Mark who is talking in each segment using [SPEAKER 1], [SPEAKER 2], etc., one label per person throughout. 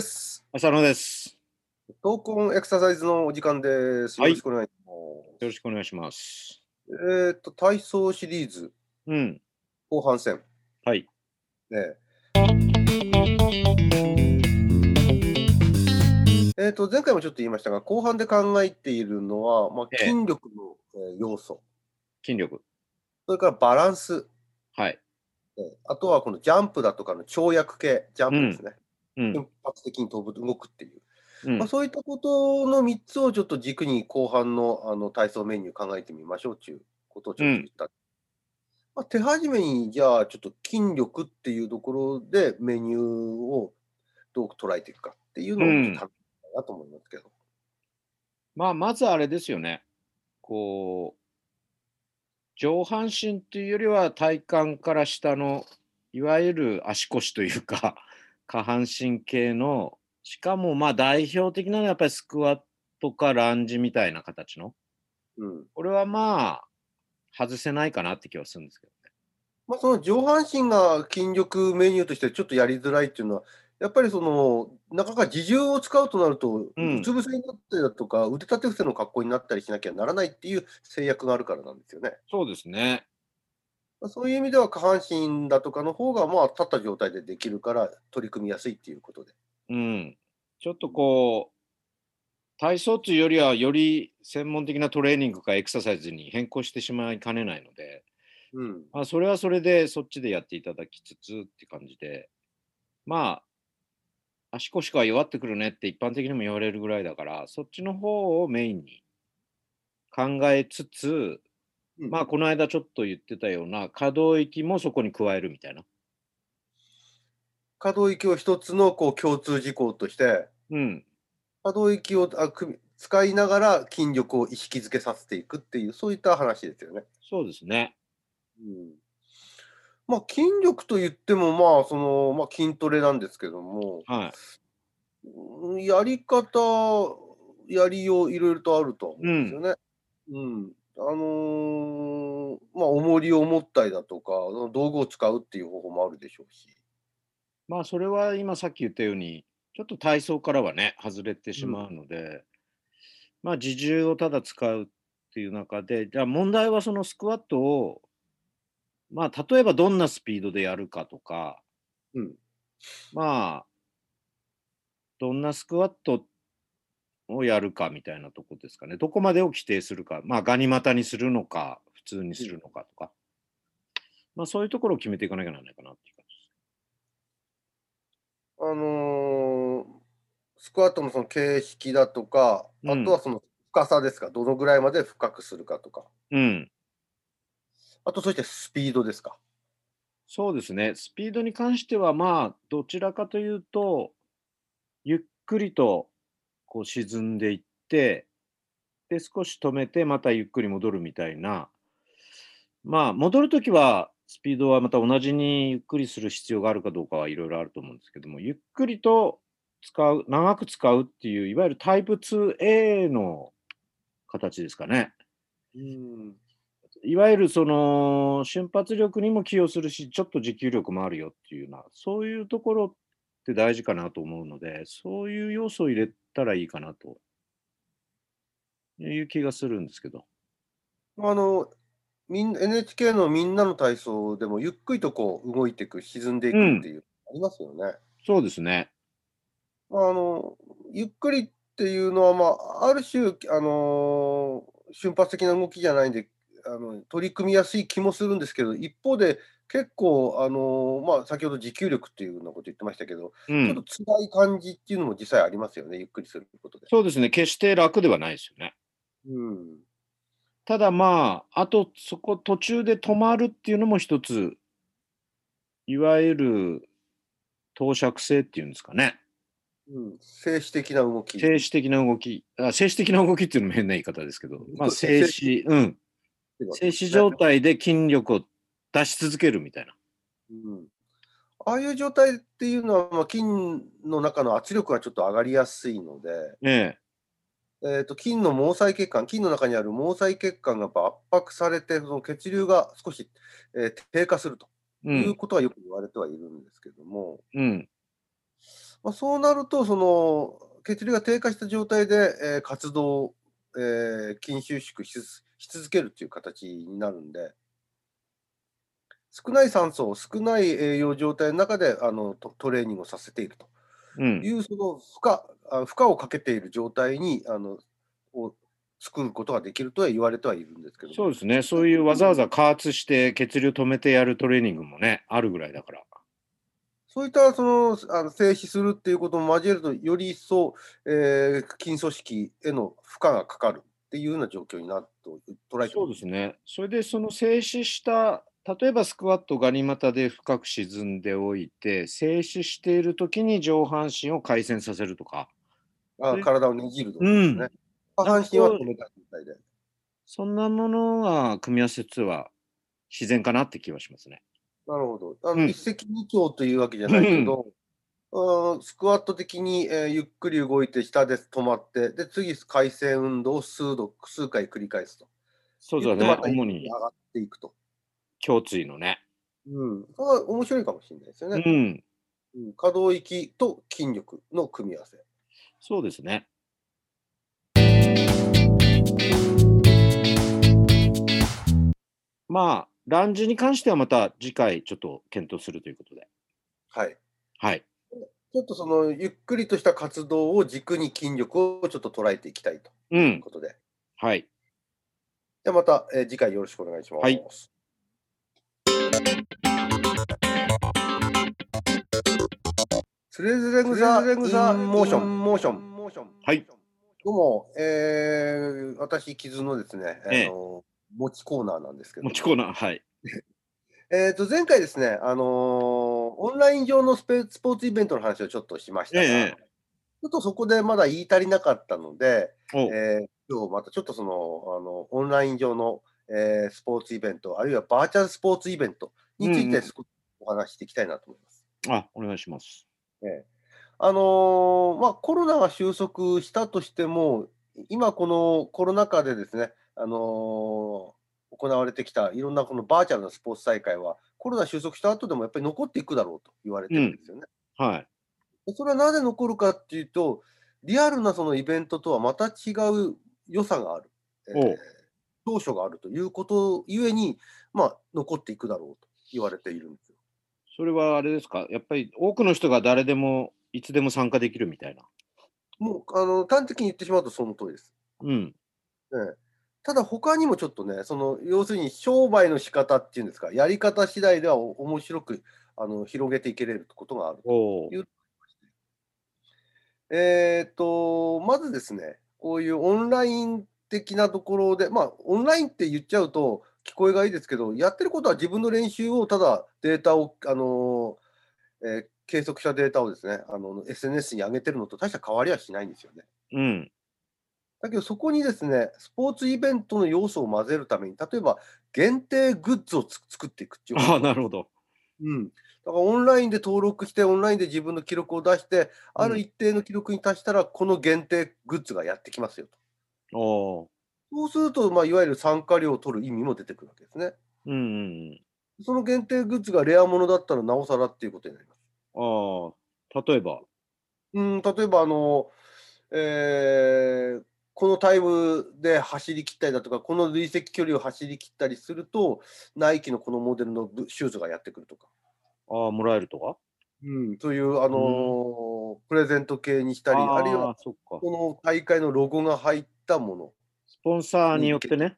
[SPEAKER 1] 浅野です。
[SPEAKER 2] 闘魂エクササイズのお時間です。よ
[SPEAKER 1] はい
[SPEAKER 2] ろしくお願いしま
[SPEAKER 1] よろしくお願いします。
[SPEAKER 2] す。えっ、と、体操シリーズ
[SPEAKER 1] うん。
[SPEAKER 2] 後半戦。
[SPEAKER 1] はい。
[SPEAKER 2] ねええー、と前回もちょっと言いましたが、後半で考えているのは、まあ、
[SPEAKER 1] ええ
[SPEAKER 2] 筋力のえー要素、
[SPEAKER 1] 筋力。
[SPEAKER 2] それからバランス、
[SPEAKER 1] はい。
[SPEAKER 2] えーあとはこのジャンプだとかの跳躍系、ジャンプですね、
[SPEAKER 1] うん。
[SPEAKER 2] 瞬発的に飛ぶ、動くっていう、
[SPEAKER 1] うん
[SPEAKER 2] まあ、そういったことの3つをちょっと軸に後半のあの体操メニュー考えてみましょうということをちょっと言った。まあ、手始めに、じゃあちょっと筋力っていうところでメニューをどう捉えていくかっていうのをちょっと考えたいなと思いますけど。
[SPEAKER 1] まあ、まずあれですよね。こう、上半身というよりは体幹から下の、いわゆる足腰というか、 下半身系の、しかもまあ代表的なのはやっぱりスクワットかランジみたいな形の。
[SPEAKER 2] うん
[SPEAKER 1] これはまあ、外せないかなって気はするんですけどね。
[SPEAKER 2] まあ、その上半身が筋力メニューとしてちょっとやりづらいっていうのは、やっぱりその、なかなか自重を使うとなると、
[SPEAKER 1] うん
[SPEAKER 2] うつ伏せになったりだとか、腕立て伏せの格好になったりしなきゃならないっていう制約があるからなんですよね。
[SPEAKER 1] そうですね。
[SPEAKER 2] まあそういう意味では下半身だとかの方がまあ立った状態でできるから取り組みやすいっていうことで。
[SPEAKER 1] うん、ちょっとこう体操というよりはより専門的なトレーニングかエクササイズに変更してしまいかねないので、
[SPEAKER 2] うん。
[SPEAKER 1] まあ、それはそれでそっちでやっていただきつつって感じでまあ足腰が弱ってくるねって一般的にも言われるぐらいだからそっちの方をメインに考えつつまあこの間ちょっと言ってたような可動域もそこに加えるみたいな。
[SPEAKER 2] 可動域を一つのこう共通事項として、
[SPEAKER 1] うん、
[SPEAKER 2] 可動域をあ組み使いながら筋力を意識づけさせていくっていう、そういった話ですよね。
[SPEAKER 1] そうですね。
[SPEAKER 2] うんまあ、筋力と言っても、まあそのまあ、筋トレなんですけども、
[SPEAKER 1] は
[SPEAKER 2] うんやり方、やりよう、いろいろとあるとは思うんですよね。うんあのーまあ、重りを持ったりだとか、道具を使うっていう方法もあるでしょうし。
[SPEAKER 1] い、まあそれは今さっき言ったようにちょっと体操からはね、外れてしまうので、まあ、自重をただ使うっていう中で、じゃあ問題はそのスクワットを、まあ、例えばどんなスピードでやるかとか、
[SPEAKER 2] うん
[SPEAKER 1] まあ、どんなスクワットをやるかみたいなとこですかね。どこまでを規定するか、まあ、ガニ股にするのか、普通にするのかとか、まあ、そういうところを決めていかなきゃならないかなっていう感じです。
[SPEAKER 2] あのースクワットのその形式だとか、
[SPEAKER 1] う
[SPEAKER 2] あ
[SPEAKER 1] ん
[SPEAKER 2] とはその深さですか、どのぐらいまで深くするかとか、
[SPEAKER 1] うん。
[SPEAKER 2] あとそしてスピードですか。
[SPEAKER 1] そうですね、スピードに関しては、まあ、どちらかというと、ゆっくりとこう沈んでいって、で、少し止めて、またゆっくり戻るみたいな、まあ、戻るときは、スピードはまた同じにゆっくりする必要があるかどうかはいろいろあると思うんですけども、ゆっくりと使う、長く使うっていう、いわゆるタイプ 2A の形ですかね。
[SPEAKER 2] うん
[SPEAKER 1] いわゆるその瞬発力にも寄与するし、ちょっと持久力もあるよっていうような、そういうところって大事かなと思うので、そういう要素を入れたらいいかなという気がするんですけど。
[SPEAKER 2] あのみん NHK の「みんなの体操」でもゆっくりとこう動いていく沈んでいくっていう、ありますよね。
[SPEAKER 1] そうですね。
[SPEAKER 2] まあ、あのゆっくりっていうのは、まあ、ある種、あのー瞬発的な動きじゃないんであの取り組みやすい気もするんですけど一方で結構、あのーまあ、先ほど持久力っていうようなこと言ってましたけど、
[SPEAKER 1] う
[SPEAKER 2] ちょっ
[SPEAKER 1] ん。
[SPEAKER 2] と辛い感じっていうのも実際ありますよねゆっくりすることで。
[SPEAKER 1] そうですね。決して楽ではないですよね。
[SPEAKER 2] うん
[SPEAKER 1] ただまあ、あとそこ途中で止まるっていうのも一つ、いわゆる投射性っていうんですかね。
[SPEAKER 2] うん、静止的な動き。
[SPEAKER 1] 静止的な動きあ、静止的な動きっていうのも変な言い方ですけど、まあ、
[SPEAKER 2] そう
[SPEAKER 1] 静止、うん、静止状態で筋力を出し続けるみたいな。
[SPEAKER 2] うんああいう状態っていうのは、まあ、筋の中の圧力がちょっと上がりやすいので、
[SPEAKER 1] え
[SPEAKER 2] えー、と筋の毛細血管、筋の中にある毛細血管がやっぱ圧迫されて、その血流が少し、えー低下すると
[SPEAKER 1] え、う、
[SPEAKER 2] いうんことはよく言われてはいるんですけども、
[SPEAKER 1] うん、
[SPEAKER 2] まあ、そうなると、その血流が低下した状態で、えー活動を、えー筋収縮しつし続けるという形になるんで、少ない酸素、少ない栄養状態の中であのトトレーニングをさせていくと
[SPEAKER 1] うん。
[SPEAKER 2] いう、その負荷あ負荷をかけている状態にあのを作ることができるとは言われてはいるんですけども、
[SPEAKER 1] そうですね。そういうわざわざ加圧して血流止めてやるトレーニングもね、あるぐらいだから。
[SPEAKER 2] そういったそのあの静止するっていうことも交えると、より一層、えー筋組織への負荷がかかるっていうような状況になると捉えて
[SPEAKER 1] そうですね。それでその静止した、例えばスクワットガニ股で深く沈んでおいて、静止している時に上半身を回旋させるとか、
[SPEAKER 2] あ
[SPEAKER 1] ね
[SPEAKER 2] 体をねじるとか
[SPEAKER 1] う
[SPEAKER 2] です
[SPEAKER 1] ん
[SPEAKER 2] ね。下半身は止めた状態で。
[SPEAKER 1] そんなものが組み合わせとしては自然かなって気はしますね。
[SPEAKER 2] なるほど。あの
[SPEAKER 1] うん
[SPEAKER 2] 一石二鳥というわけじゃないけど、うんスクワット的に、えーゆっくり動いて、下で止まって、で次、回旋運動を数度数回繰り返すと。
[SPEAKER 1] そうだ
[SPEAKER 2] でま
[SPEAKER 1] ね。
[SPEAKER 2] た一気
[SPEAKER 1] 主
[SPEAKER 2] 上
[SPEAKER 1] に
[SPEAKER 2] がっていくと。
[SPEAKER 1] 胸椎のね。
[SPEAKER 2] うん。これは面白いかもしれないですよ
[SPEAKER 1] う
[SPEAKER 2] ね。
[SPEAKER 1] ん。
[SPEAKER 2] うん可動域と筋力の組み合わせ。
[SPEAKER 1] そうですね。まあ、ランジに関してはまた次回ちょっと検討するということで。
[SPEAKER 2] はい。
[SPEAKER 1] はい。
[SPEAKER 2] ちょっとそのゆっくりとした活動を軸に筋力をちょっと捉えていきたいと
[SPEAKER 1] う。
[SPEAKER 2] いうんことで。
[SPEAKER 1] はい。
[SPEAKER 2] ではまた、えー次回よろしくお願いします。
[SPEAKER 1] はい
[SPEAKER 2] つれづれぐざ、インモーション、モーション。
[SPEAKER 1] はい。
[SPEAKER 2] どうも、えー、私、傷のですね、あ
[SPEAKER 1] ええ
[SPEAKER 2] の、持ちコーナーなんですけど
[SPEAKER 1] 持
[SPEAKER 2] も。
[SPEAKER 1] ちコーナー。はい。
[SPEAKER 2] えっ、と、前回ですね、あのーオンライン上のスペスポーツイベントの話をちょっとしましたが、
[SPEAKER 1] ええ
[SPEAKER 2] ちょっとそこでまだ言い足りなかったので、
[SPEAKER 1] お
[SPEAKER 2] えー今日またちょっとその、あの、オンライン上の、えースポーツイベント、あるいはバーチャルスポーツイベントについ
[SPEAKER 1] うんう
[SPEAKER 2] て
[SPEAKER 1] ん
[SPEAKER 2] 少しお話ししていきたいなと思います。
[SPEAKER 1] あ、お願いします。
[SPEAKER 2] ええあのーまあ、コロナが収束したとしても、今このコロナ禍でですね、あのー行われてきたいろんなこのバーチャルなスポーツ大会は、コロナ収束した後でもやっぱり残っていくだろうと言われてるんですよね。
[SPEAKER 1] はい。
[SPEAKER 2] でそれはなぜ残るかっていうと、リアルなそのイベントとはまた違う良さがある、え
[SPEAKER 1] お
[SPEAKER 2] ー長所があるということゆえに、まあ、残っていくだろうと言われているんですよ。
[SPEAKER 1] それはあれですかやっぱり多くの人が誰でもいつでも参加できるみたいな。
[SPEAKER 2] もうあの端的に言ってしまうとその通りです。
[SPEAKER 1] うん。
[SPEAKER 2] ええただ他にもちょっとね、その要するに商売の仕方っていうんですか、やり方次第ではお面白くあの広げていけれることがある。
[SPEAKER 1] おお。
[SPEAKER 2] えっ、と、まずですね、こういうオンライン的なところで、まあ、オンラインって言っちゃうと聞こえがいいですけど、やってることは自分の練習を、ただデータを、あのえー計測したデータをですね、あの SNS に上げてるのと大した変わりはしないんですよね。
[SPEAKER 1] うん。
[SPEAKER 2] だけどそこにですね、スポーツイベントの要素を混ぜるために、例えば限定グッズをつ作っていくっていうこと。
[SPEAKER 1] ああ、なるほど。
[SPEAKER 2] うん。だからオンラインで登録して、オンラインで自分の記録を出して、あ
[SPEAKER 1] う
[SPEAKER 2] る
[SPEAKER 1] ん
[SPEAKER 2] 一定の記録に達したら、この限定グッズがやってきますよと。
[SPEAKER 1] おお。
[SPEAKER 2] そうすると、まあ、いわゆる参加料を取る意味も出てくるわけですね。
[SPEAKER 1] うんうん
[SPEAKER 2] その限定グッズがレアものだったら、なおさらっていうことになります。
[SPEAKER 1] うん。ああ。例えば。
[SPEAKER 2] うん、例えばあの、えーこのタイムで走り切ったりだとか、この累積距離を走り切ったりすると、ナイキのこのモデルのブシューズがやってくるとか、
[SPEAKER 1] ああ、もらえるとか
[SPEAKER 2] うん、そういう、あのープレゼント系にしたり、あるいは
[SPEAKER 1] あー、そっか。
[SPEAKER 2] この大会のロゴが入ったもの、
[SPEAKER 1] スポンサーによってね。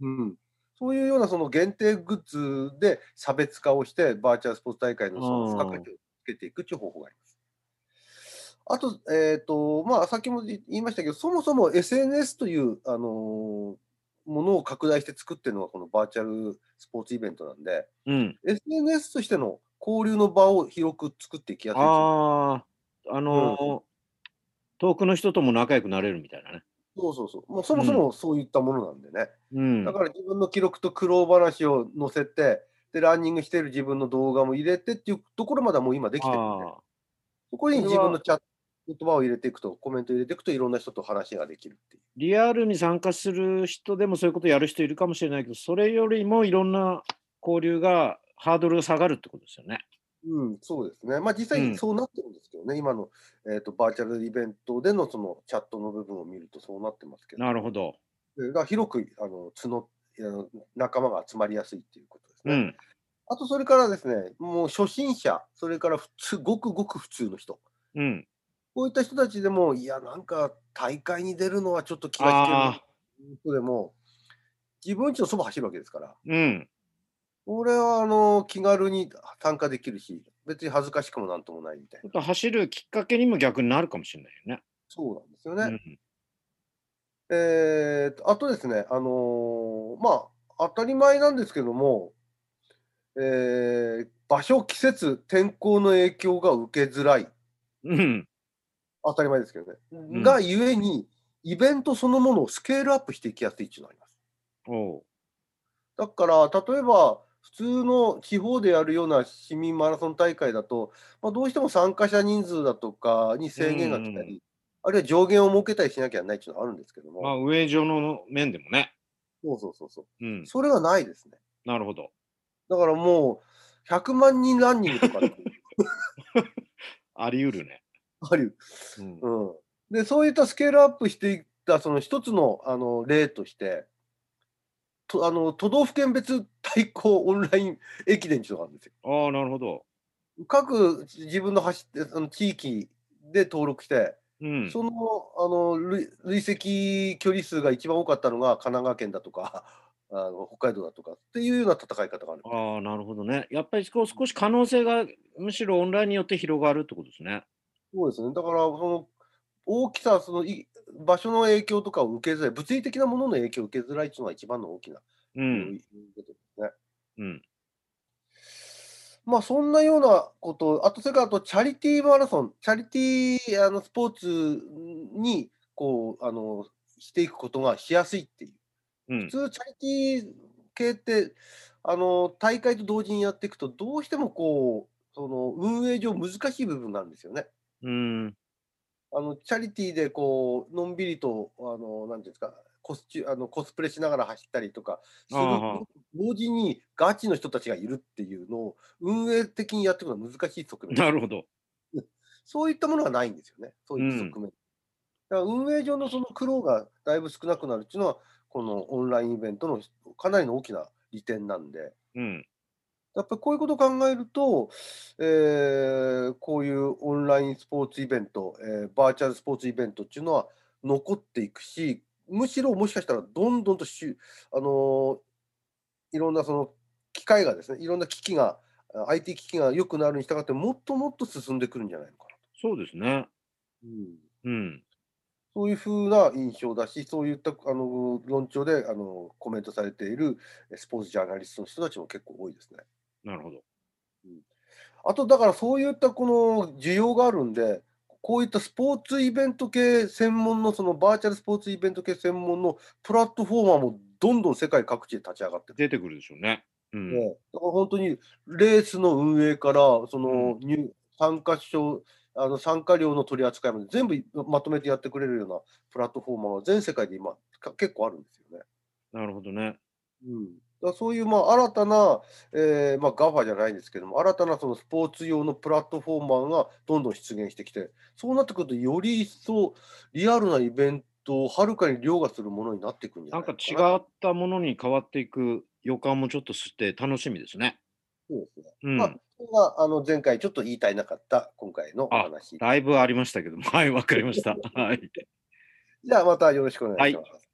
[SPEAKER 2] うん、そういうようなその限定グッズで差別化をして、バーチャルスポーツ大会のその付加価値をつけていくという方法があります。あと、えっ、と、まあ、さっきも言いましたけど、そもそも SNS という、あのーものを拡大して作ってるのがこのバーチャルスポーツイベントなんで、
[SPEAKER 1] うん。
[SPEAKER 2] SNS としての交流の場を広く作っていきやすいですよ
[SPEAKER 1] ああ、あのー遠くの人とも仲良くなれるみたいなね。
[SPEAKER 2] そうそうそう。もうそもそもそういったものなんでね。
[SPEAKER 1] うん
[SPEAKER 2] だ。から自分の記録と苦労話を載せて、で、ランニングしてる自分の動画も入れてっていうところまではもう今できてるんで、
[SPEAKER 1] ああ、
[SPEAKER 2] そこに
[SPEAKER 1] そ
[SPEAKER 2] 自
[SPEAKER 1] れは
[SPEAKER 2] 分のチャット言葉を入れていくと、コメント入れていくといろんな人と話ができるっていう。
[SPEAKER 1] リアルに参加する人でもそういうことやる人いるかもしれないけど、それよりもいろんな交流がハードルが下がるってことですよね。
[SPEAKER 2] うん、そうですね。まあ実際
[SPEAKER 1] うん
[SPEAKER 2] にそうなってるんですけどね、今の、えー、とバーチャルイベントでのそのチャットの部分を見るとそうなってますけど、
[SPEAKER 1] なるほど。
[SPEAKER 2] でだから広くあの募あの仲間が集まりやすいっていうことです
[SPEAKER 1] う
[SPEAKER 2] ね。
[SPEAKER 1] ん。
[SPEAKER 2] あとそれからですね、もう初心者、それから普通、ごくごく普通の人、
[SPEAKER 1] うん。
[SPEAKER 2] こういった人たちでも、いや、なんか大会に出るのはちょっと気が引けるな
[SPEAKER 1] ああ、
[SPEAKER 2] ということでも、自分ちのそば走るわけですから、
[SPEAKER 1] うん。
[SPEAKER 2] これはあの気軽に参加できるし、別に恥ずかしくもなんともないみたい
[SPEAKER 1] ちょ
[SPEAKER 2] な。
[SPEAKER 1] っと走るきっかけにも逆になるかもしれないよね。
[SPEAKER 2] そうなんですよ
[SPEAKER 1] う
[SPEAKER 2] ね。
[SPEAKER 1] ん。
[SPEAKER 2] えーとあとですね、あのーまあ、当たり前なんですけども、えー場所、季節、天候の影響が受けづらい、
[SPEAKER 1] うん。
[SPEAKER 2] 当たり前ですけどね、
[SPEAKER 1] ん
[SPEAKER 2] がゆえに、イベントそのものをスケールアップしていきやすいっていうのがあります。
[SPEAKER 1] おう。
[SPEAKER 2] だから、例えば、普通の地方でやるような市民マラソン大会だと、まあ、どうしても参加者人数だとかに制限が来た
[SPEAKER 1] うん
[SPEAKER 2] り、あるいは上限を設けたりしなきゃいけないっていうのはあるんですけども、
[SPEAKER 1] まあ、上上の面でもね。
[SPEAKER 2] そうそうそうそう、
[SPEAKER 1] うん。
[SPEAKER 2] それはないですね。
[SPEAKER 1] なるほど。
[SPEAKER 2] だからもう、100万人ランニングとか
[SPEAKER 1] あり得るね。
[SPEAKER 2] ある、
[SPEAKER 1] うん。
[SPEAKER 2] うん。で、そういったスケールアップしていった、その一つのあの例として、とあの都道府県別対抗オンライン駅伝っていうのがあるんですよ。
[SPEAKER 1] ああ、なるほど。
[SPEAKER 2] 各自分の走ってその地域で登録して、
[SPEAKER 1] うん。
[SPEAKER 2] そのあの累累積距離数が一番多かったのが神奈川県だとか、 あの北海道だとかっていうような戦い方がある。
[SPEAKER 1] ああ、なるほどね。やっぱりこう少し可能性がむしろオンラインによって広がるってことですね。
[SPEAKER 2] そうですね。だから、その大きさ、そのい場所の影響とかを受けづらい、物理的なものの影響を受けづらいというのが一番の大きな、
[SPEAKER 1] う。
[SPEAKER 2] うんことですね。
[SPEAKER 1] うん。
[SPEAKER 2] まあ、そんなようなこと、あと、それからあと、チャリティーマラソン、チャリティーあのスポーツにこうあのしていくことがしやすいっていう。
[SPEAKER 1] う
[SPEAKER 2] 普
[SPEAKER 1] ん。
[SPEAKER 2] 通、チャリティー系って、あの大会と同時にやっていくと、どうしてもこうその運営上難しい部分があるんですよね。
[SPEAKER 1] うん。
[SPEAKER 2] あのチャリティーでこうのんびりとあのなんていうんですかコスチュあのコスプレしながら走ったりとかする
[SPEAKER 1] あーはー
[SPEAKER 2] 同時にガチの人たちがいるっていうのを運営的にやっていくのは難しい側面
[SPEAKER 1] なるほど。
[SPEAKER 2] そういったものがないんですよねそういう側面、だから運営上のその苦労がだいぶ少なくなるっていうのはこのオンラインイベントのかなりの大きな利点なんで
[SPEAKER 1] うん。
[SPEAKER 2] やっぱりこういうことを考えると、えーこういうオンラインスポーツイベント、えーバーチャルスポーツイベントっていうのは残っていくし、むしろもしかしたらどんどんとしゅ、あのーいろんなその機械がですね、いろんな機器が、あ IT 機器が良くなるに従って、もっともっと進んでくるんじゃないのか
[SPEAKER 1] そうですね。
[SPEAKER 2] な。
[SPEAKER 1] うん。
[SPEAKER 2] そういうふうな印象だし、そういったあの論調であのコメントされているえスポーツジャーナリストの人たちも結構多いですね。
[SPEAKER 1] なるほど。
[SPEAKER 2] あとだからそういったこの需要があるんで、こういったスポーツイベント系専門の、そのバーチャルスポーツイベント系専門のプラットフォーマーもどんどん世界各地で立ち上がってく
[SPEAKER 1] 出てくるでしょうね。うん。
[SPEAKER 2] る、ねだから本当にレースの運営から、その入参加賞、あの参加料の取り扱いまで全部まとめてやってくれるようなプラットフォーマーが全世界で今か結構あるんですよね。
[SPEAKER 1] なるほどね。
[SPEAKER 2] うん、だからそういうまあ新たな、えーまあ、GAFA じゃないんですけども、新たなそのスポーツ用のプラットフォーマーがどんどん出現してきて、そうなってくると、より一層リアルなイベントをはるかに凌駕するものになっていくんじゃな
[SPEAKER 1] な
[SPEAKER 2] んい
[SPEAKER 1] か
[SPEAKER 2] の
[SPEAKER 1] 違
[SPEAKER 2] かな。
[SPEAKER 1] ったものに変わっていく予感もちょっとして楽しみですね。
[SPEAKER 2] そうですね
[SPEAKER 1] うん。
[SPEAKER 2] まあ、それがあの前回ちょっと言いたいなかった今回のお話。
[SPEAKER 1] だいぶありましたけども。はい、わかりました。はい。
[SPEAKER 2] じゃあまたよろしくお願いします。